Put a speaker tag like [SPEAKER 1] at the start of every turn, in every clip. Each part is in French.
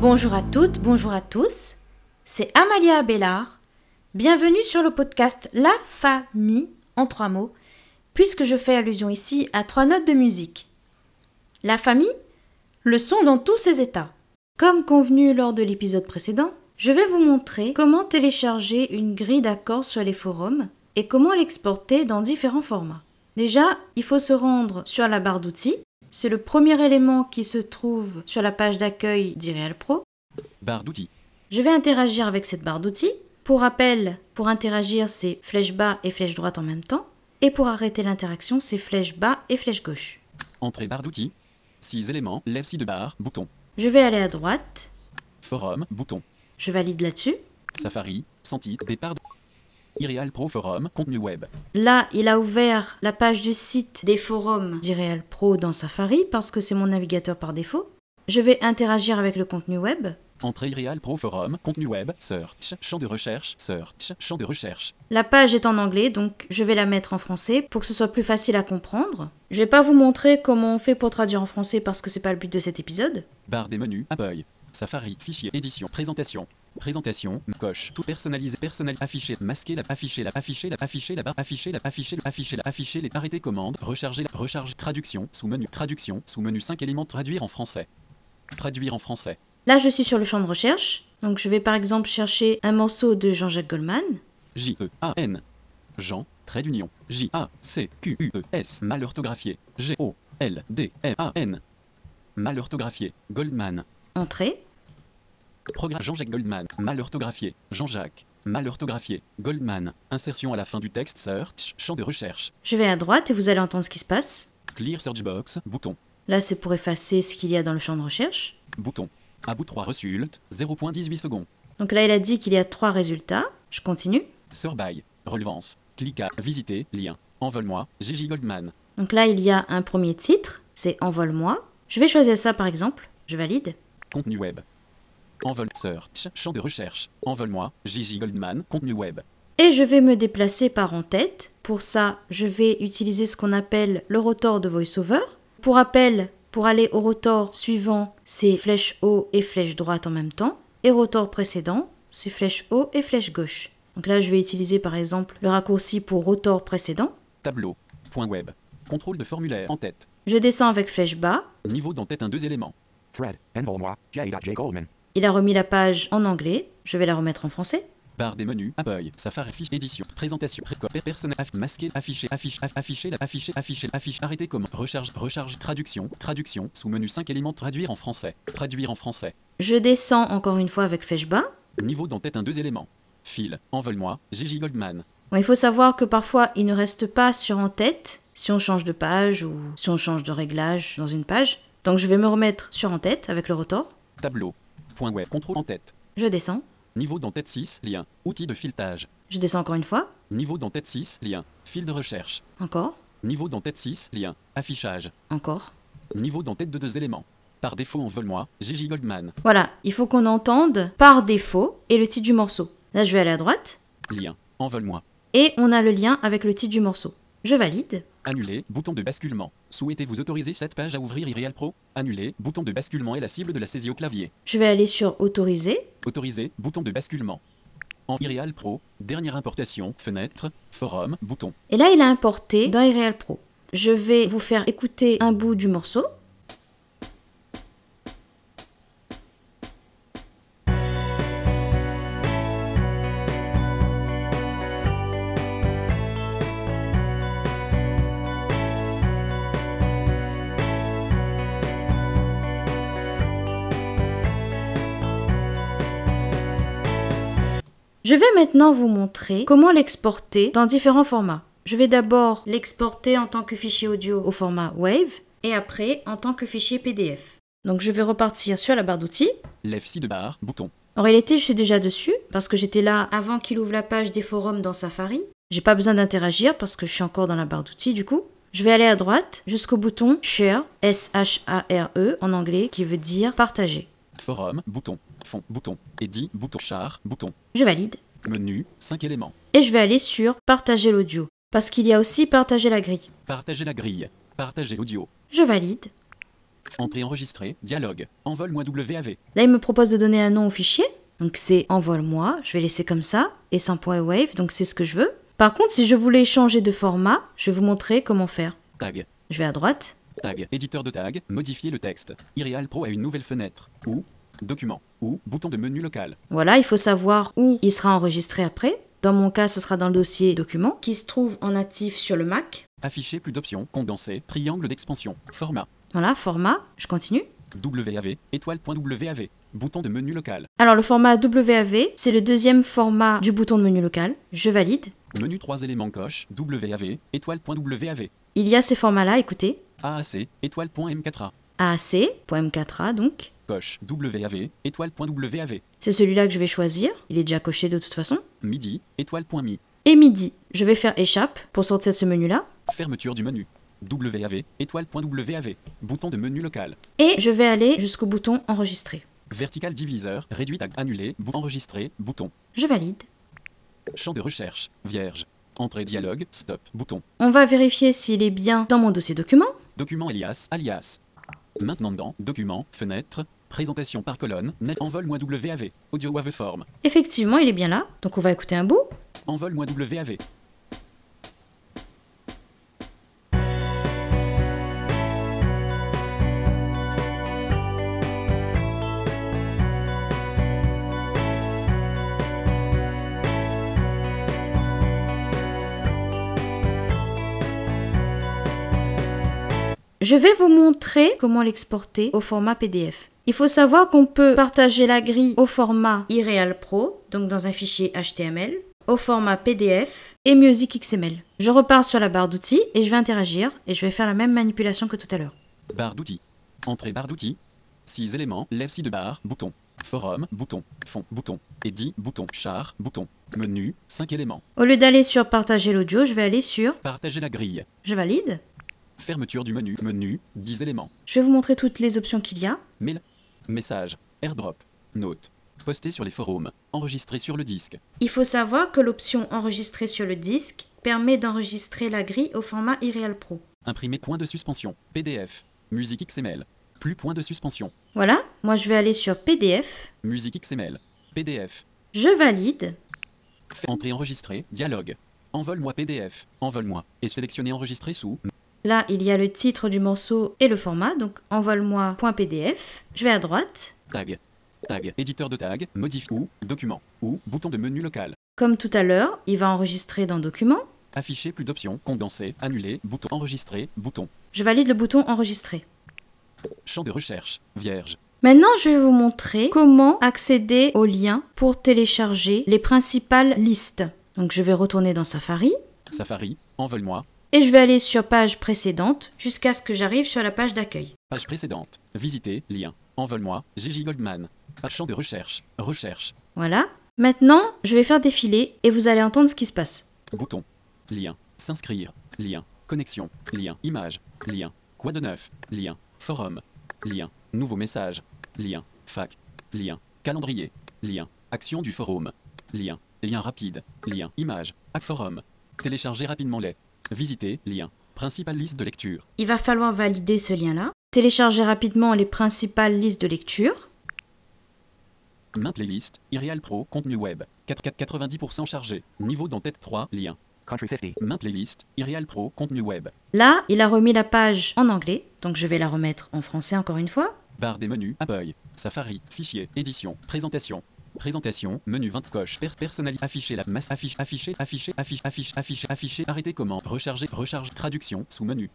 [SPEAKER 1] Bonjour à toutes, bonjour à tous. C'est Amalia Abélard. Bienvenue sur le podcast La Famille en trois mots, puisque je fais allusion ici à trois notes de musique. La famille, le son dans tous ses états. Comme convenu lors de l'épisode précédent, je vais vous montrer comment télécharger une grille d'accords sur les forums et comment l'exporter dans différents formats. Déjà, il faut se rendre sur la barre d'outils. C'est le premier élément qui se trouve sur la page d'accueil d'Ireal Pro.
[SPEAKER 2] Barre d'outils.
[SPEAKER 1] Je vais interagir avec cette barre d'outils. Pour rappel, pour interagir, c'est flèche bas et flèche droite en même temps. Et pour arrêter l'interaction, c'est flèche bas et flèche gauche.
[SPEAKER 2] Entrée barre d'outils. 6 éléments. Lève 6 de barre. Bouton.
[SPEAKER 1] Je vais aller à droite.
[SPEAKER 2] Forum. Bouton.
[SPEAKER 1] Je valide là-dessus.
[SPEAKER 2] Safari. Senti. Départ. de- Irreal Pro Forum. Contenu web.
[SPEAKER 1] Là, il a ouvert la page du site des forums d'Ireal Pro dans Safari parce que c'est mon navigateur par défaut. Je vais interagir avec le contenu web.
[SPEAKER 2] Entrée Irreal Pro Forum. Contenu web. Search. Champ de recherche. Search. Champ de recherche.
[SPEAKER 1] La page est en anglais, donc je vais la mettre en français pour que ce soit plus facile à comprendre. Je vais pas vous montrer comment on fait pour traduire en français parce que c'est pas le but de cet épisode.
[SPEAKER 2] Barre des menus. Apeuil. Safari. Fichier. Édition. Présentation. Présentation. Coche. Tout personnalisé. Personnel. Afficher. Masquer. La. Afficher. La. Afficher. La. Afficher. La barre. Afficher. La. Afficher. La. Afficher. La. Afficher. Les. Arrêter commande. Recharger. La. Recharge. Traduction. Sous menu. Traduction. Sous menu 5 éléments. Traduire en français. Traduire en français.
[SPEAKER 1] Là, je suis sur le champ de recherche, donc je vais par exemple chercher un morceau de Jean-Jacques Goldman.
[SPEAKER 2] J-E-A-N. Jean, trait d'union. J-A-C-Q-U-E-S. Mal orthographié. G-O-L-D-M-A-N. Mal orthographié. Goldman.
[SPEAKER 1] Entrée.
[SPEAKER 2] Programme Jean-Jacques Goldman. Mal orthographié. Jean-Jacques. Mal orthographié. Goldman. Insertion à la fin du texte. Search. Champ de recherche.
[SPEAKER 1] Je vais à droite et vous allez entendre ce qui se passe.
[SPEAKER 2] Clear Search Box. Bouton.
[SPEAKER 1] Là, c'est pour effacer ce qu'il y a dans le champ de recherche.
[SPEAKER 2] Bouton. À bout 3 result. 0.18 secondes.
[SPEAKER 1] Donc là, il a dit qu'il y a trois résultats. Je continue.
[SPEAKER 2] Sort by. Relevance. Clique à visiter. Lien. Envole-moi. Gigi Goldman.
[SPEAKER 1] Donc là, il y a un premier titre, c'est Envole-moi. Je vais choisir ça par exemple. Je valide.
[SPEAKER 2] Contenu web. Envol search, champ de recherche. Envol-moi, Gigi Goldman, contenu web.
[SPEAKER 1] Et je vais me déplacer par en tête. Pour ça, je vais utiliser ce qu'on appelle le rotor de VoiceOver. Pour rappel, pour aller au rotor suivant, c'est flèche haut et flèche droite en même temps. Et rotor précédent, c'est flèche haut et flèche gauche. Donc là, je vais utiliser par exemple le raccourci pour rotor précédent.
[SPEAKER 2] Tableau. Point web. Contrôle de formulaire. En tête.
[SPEAKER 1] Je descends avec flèche bas.
[SPEAKER 2] Niveau d'entête un deux éléments.
[SPEAKER 3] Fred, Envolmois, J. J. Goldman.
[SPEAKER 1] Il a remis la page en anglais. Je vais la remettre en français.
[SPEAKER 2] Barre des menus. Apeuil. Safari fiche édition. Présentation. Récupère personnel. Aff, masquer. Afficher. Affiche. aff- afficher. La afficher. Afficher. Affiche. Arrêter comment. Recharge. Recharge. Traduction. Traduction. Sous menu 5 éléments. Traduire en français. Traduire en français.
[SPEAKER 1] Je descends encore une fois avec flèche bas.
[SPEAKER 2] Niveau d'entête un deux éléments. Fil. Envol-moi, Gigi Goldman.
[SPEAKER 1] Bon, il faut savoir que parfois il ne reste pas sur en tête si on change de page ou si on change de réglage dans une page. Donc je vais me remettre sur en tête avec le rotor.
[SPEAKER 2] Tableau. Point web. Contrôle en tête.
[SPEAKER 1] Je descends.
[SPEAKER 2] Niveau d'entête 6. Lien. Outil de filetage.
[SPEAKER 1] Je descends encore une fois.
[SPEAKER 2] Niveau d'entête 6, lien. Fil de recherche.
[SPEAKER 1] Encore.
[SPEAKER 2] Niveau d'entête 6, lien. Affichage.
[SPEAKER 1] Encore.
[SPEAKER 2] Niveau d'entête de deux éléments. Par défaut, en vole-moi, Gigi Goldman.
[SPEAKER 1] Voilà, il faut qu'on entende par défaut et le titre du morceau. Là je vais aller à droite
[SPEAKER 2] Lien. Envole-moi.
[SPEAKER 1] et on a le lien avec le titre du morceau. Je valide.
[SPEAKER 2] Annuler, bouton de basculement. Souhaitez-vous autoriser cette page à ouvrir Irreal Pro Annuler, bouton de basculement est la cible de la saisie au clavier.
[SPEAKER 1] Je vais aller sur autoriser.
[SPEAKER 2] Autoriser, bouton de basculement. En Irreal Pro, dernière importation, fenêtre, forum, bouton.
[SPEAKER 1] Et là il a importé dans Ireal Pro. Je vais vous faire écouter un bout du morceau. Je vais maintenant vous montrer comment l'exporter dans différents formats. Je vais d'abord l'exporter en tant que fichier audio au format Wave et après en tant que fichier PDF. Donc je vais repartir sur la barre d'outils.
[SPEAKER 2] Lève si de barre, bouton.
[SPEAKER 1] En réalité, je suis déjà dessus parce que j'étais là avant qu'il ouvre la page des forums dans Safari. J'ai pas besoin d'interagir parce que je suis encore dans la barre d'outils du coup. Je vais aller à droite jusqu'au bouton Share, S-H-A-R-E E, en anglais qui veut dire partager.
[SPEAKER 2] Forum, bouton. Fond, bouton. Edit, bouton. Char, bouton.
[SPEAKER 1] Je valide.
[SPEAKER 2] Menu, 5 éléments.
[SPEAKER 1] et je vais aller sur partager l'audio parce qu'il y a aussi partager la grille.
[SPEAKER 2] Partager la grille. Partager l'audio.
[SPEAKER 1] Je valide.
[SPEAKER 2] Entrée enregistrée. Dialogue. Envol-moi WAV.
[SPEAKER 1] Là, il me propose de donner un nom au fichier. Donc c'est envole-moi, je vais laisser comme ça, et sans point wave, donc c'est ce que je veux. Par contre, si je voulais changer de format, je vais vous montrer comment faire.
[SPEAKER 2] Tag.
[SPEAKER 1] Je vais à droite,
[SPEAKER 2] Tag. Éditeur de tag. Modifier le texte. Ireal Pro a une nouvelle fenêtre. Ou. Document. Ou. Bouton de menu local.
[SPEAKER 1] Voilà, il faut savoir où il sera enregistré après. Dans mon cas, ce sera dans le dossier documents qui se trouve en natif sur le Mac.
[SPEAKER 2] Afficher plus d'options. Condensé. Triangle d'expansion. Format.
[SPEAKER 1] Voilà, format, je continue.
[SPEAKER 2] WAV. Étoile point WAV. Bouton de menu local.
[SPEAKER 1] Alors le format WAV, c'est le deuxième format du bouton de menu local. Je valide.
[SPEAKER 2] Menu 3 éléments coche. WAV. Étoile point WAV.
[SPEAKER 1] Il y a ces formats-là, écoutez.
[SPEAKER 2] AAC. Étoile point M4A.
[SPEAKER 1] AAC.m4a donc.
[SPEAKER 2] Coche. WAV. Étoile point WAV.
[SPEAKER 1] C'est celui-là que je vais choisir. Il est déjà coché de toute façon.
[SPEAKER 2] Midi. Étoile point mi.
[SPEAKER 1] Et midi, je vais faire échappe pour sortir de ce menu-là.
[SPEAKER 2] Fermeture du menu. WAV. Étoile point WAV. Bouton de menu local.
[SPEAKER 1] Et je vais aller jusqu'au bouton enregistrer.
[SPEAKER 2] Vertical diviseur. Réduit tag. Annulé. Bou- enregistré. Bouton.
[SPEAKER 1] Je valide.
[SPEAKER 2] Champ de recherche. Vierge. Entrée dialogue. Stop. Bouton.
[SPEAKER 1] On va vérifier s'il est bien dans mon dossier document.
[SPEAKER 2] Document alias, alias. Maintenant dans Document, fenêtre, présentation par colonne, net envol moins WAV, audio WAV forme,
[SPEAKER 1] Effectivement, il est bien là. Donc on va écouter un bout.
[SPEAKER 2] envol moins WAV.
[SPEAKER 1] Je vais vous montrer comment l'exporter au format PDF. Il faut savoir qu'on peut partager la grille au format iReal Pro, donc dans un fichier HTML, au format PDF et Music XML. Je repars sur la barre d'outils et je vais interagir et je vais faire la même manipulation que tout à l'heure.
[SPEAKER 2] Barre d'outils. Entrée barre d'outils. 6 éléments, lève 6 de barre, bouton. Forum, bouton. Fond, bouton. Edit, bouton. Char, bouton. Menu, 5 éléments.
[SPEAKER 1] Au lieu d'aller sur partager l'audio, je vais aller sur
[SPEAKER 2] Partager la grille.
[SPEAKER 1] je valide.
[SPEAKER 2] Fermeture du menu, menu, 10 éléments.
[SPEAKER 1] Je vais vous montrer toutes les options qu'il y a.
[SPEAKER 2] Mail, message, airdrop, note. Posté sur les forums, enregistré sur le disque.
[SPEAKER 1] Il faut savoir que l'option enregistrer sur le disque permet d'enregistrer la grille au format iReal Pro.
[SPEAKER 2] Imprimer point de suspension. PDF. Musique XML. Plus point de suspension.
[SPEAKER 1] Voilà, moi je vais aller sur PDF,
[SPEAKER 2] Musique XML. PDF.
[SPEAKER 1] je valide.
[SPEAKER 2] Fait- Entrée enregistrée. Dialogue. Envole-moi PDF. Envole-moi. Et sélectionner enregistré sous.
[SPEAKER 1] Là, il y a le titre du morceau et le format, donc envole-moi.pdf. Je vais à droite.
[SPEAKER 2] Tag. Tag. Éditeur de tag. Modifie ou. Document. Ou. Bouton de menu local.
[SPEAKER 1] Comme tout à l'heure, il va enregistrer dans document.
[SPEAKER 2] Afficher plus d'options. Condenser. Annuler. Bouton enregistré. Bouton.
[SPEAKER 1] Je valide le bouton enregistrer.
[SPEAKER 2] Champ de recherche. Vierge.
[SPEAKER 1] Maintenant, je vais vous montrer comment accéder aux liens pour télécharger les principales listes. Donc, je vais retourner dans Safari
[SPEAKER 2] Safari. Envole-moi.
[SPEAKER 1] et je vais aller sur page précédente jusqu'à ce que j'arrive sur la page d'accueil.
[SPEAKER 2] Page précédente. Visiter. Lien. Envole-moi. Gigi Goldman. Page champ de recherche. Recherche.
[SPEAKER 1] Voilà. Maintenant, je vais faire défiler et vous allez entendre ce qui se passe.
[SPEAKER 2] Bouton. Lien. S'inscrire. Lien. Connexion. Lien. Image. Lien. Quoi de neuf Lien. Forum. Lien. Nouveau message. Lien. Fac. Lien. Calendrier. Lien. Action du forum. Lien. Lien rapide. Lien. Image. Hack forum. Télécharger rapidement les. Visiter. Lien. Principale liste de lecture.
[SPEAKER 1] Il va falloir valider ce lien-là, télécharger rapidement les principales listes de lecture.
[SPEAKER 2] Main playlist. Irreal Pro. Contenu web. 90% chargé. Niveau d'entête 3. Lien.
[SPEAKER 3] Country 50.
[SPEAKER 2] Main playlist. Irreal Pro. Contenu web.
[SPEAKER 1] Là, il a remis la page en anglais, donc je vais la remettre en français encore une fois.
[SPEAKER 2] Barre des menus, Apple, Safari, Fichier, Édition, Présentation. Présentation, menu 20 coche, per personnali- afficher la masse, affiche, afficher, afficher, affiche, affiche, affiche, afficher, arrêter comment, recharger, recharge, traduction, sous menu.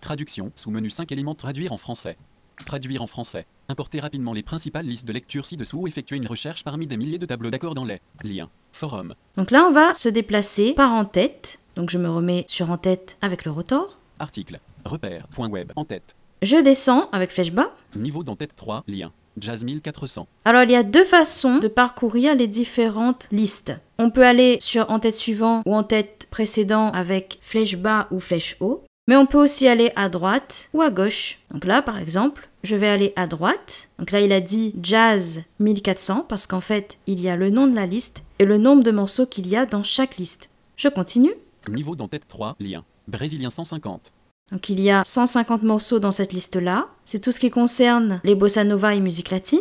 [SPEAKER 2] Traduction, sous menu 5 éléments, traduire en français. Traduire en français. Importer rapidement les principales listes de lecture ci-dessous ou effectuer une recherche parmi des milliers de tableaux d'accords dans les liens, forums,
[SPEAKER 1] Donc là, on va se déplacer par en tête, donc je me remets sur en tête avec le rotor.
[SPEAKER 2] articles, repères, point web, en tête.
[SPEAKER 1] Je descends avec flèche bas.
[SPEAKER 2] Niveau d'entête 3, lien. Jazz 1400.
[SPEAKER 1] Alors, il y a deux façons de parcourir les différentes listes. On peut aller sur en tête suivant ou en tête précédent avec flèche bas ou flèche haut, mais on peut aussi aller à droite ou à gauche. Donc là, par exemple, je vais aller à droite. Donc là, il a dit jazz 1400 parce qu'en fait, il y a le nom de la liste et le nombre de morceaux qu'il y a dans chaque liste. Je continue.
[SPEAKER 2] Niveau d'entête 3, lien. Brésilien 150.
[SPEAKER 1] Donc il y a 150 morceaux dans cette liste-là. C'est tout ce qui concerne les bossa nova et musique latine.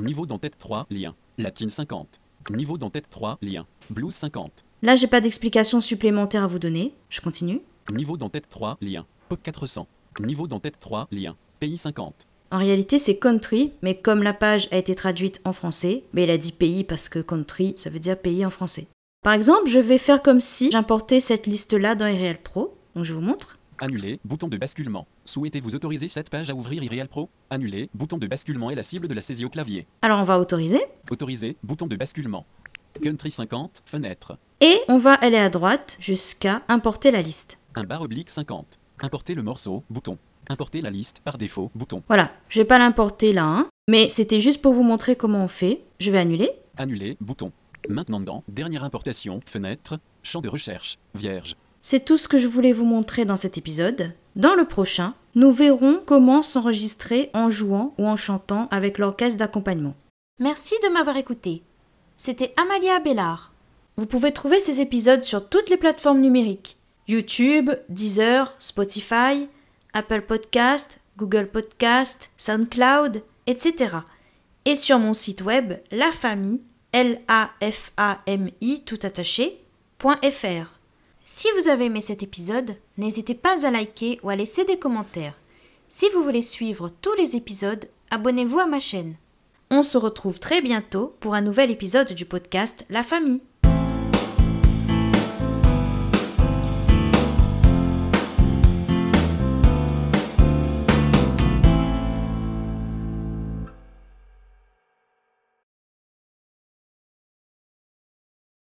[SPEAKER 2] Niveau d'entête 3, lien. Latine 50. Niveau d'entête 3, lien. Blues 50.
[SPEAKER 1] Là, j'ai pas d'explication supplémentaire à vous donner. Je continue.
[SPEAKER 2] Niveau d'entête 3, lien. Pop 400. Niveau d'entête 3, lien. Pays 50.
[SPEAKER 1] En réalité, c'est country, mais comme la page a été traduite en français, mais il a dit pays parce que country, ça veut dire pays en français. Par exemple, je vais faire comme si j'importais cette liste-là dans Real Pro. Donc je vous montre.
[SPEAKER 2] Annuler, bouton de basculement. Souhaitez-vous autoriser cette page à ouvrir iReal Pro Annuler, bouton de basculement est la cible de la saisie au clavier.
[SPEAKER 1] Alors on va autoriser.
[SPEAKER 2] Autoriser, bouton de basculement. Country 50, fenêtre.
[SPEAKER 1] Et on va aller à droite jusqu'à importer la liste.
[SPEAKER 2] Un barre oblique 50. Importer le morceau, bouton. Importer la liste par défaut, bouton.
[SPEAKER 1] Voilà, je vais pas l'importer là, hein, mais c'était juste pour vous montrer comment on fait. Je vais annuler.
[SPEAKER 2] Annuler, bouton. Maintenant dans, dernière importation, fenêtre, champ de recherche, vierge.
[SPEAKER 1] C'est tout ce que je voulais vous montrer dans cet épisode. Dans le prochain, nous verrons comment s'enregistrer en jouant ou en chantant avec l'orchestre d'accompagnement. Merci de m'avoir écouté. C'était Amalia Bellard. Vous pouvez trouver ces épisodes sur toutes les plateformes numériques YouTube, Deezer, Spotify, Apple Podcast, Google Podcast, SoundCloud, etc. Et sur mon site web La Famille, L A F A M I tout attaché, point .fr. Si vous avez aimé cet épisode, n'hésitez pas à liker ou à laisser des commentaires. Si vous voulez suivre tous les épisodes, abonnez-vous à ma chaîne. On se retrouve très bientôt pour un nouvel épisode du podcast La Famille.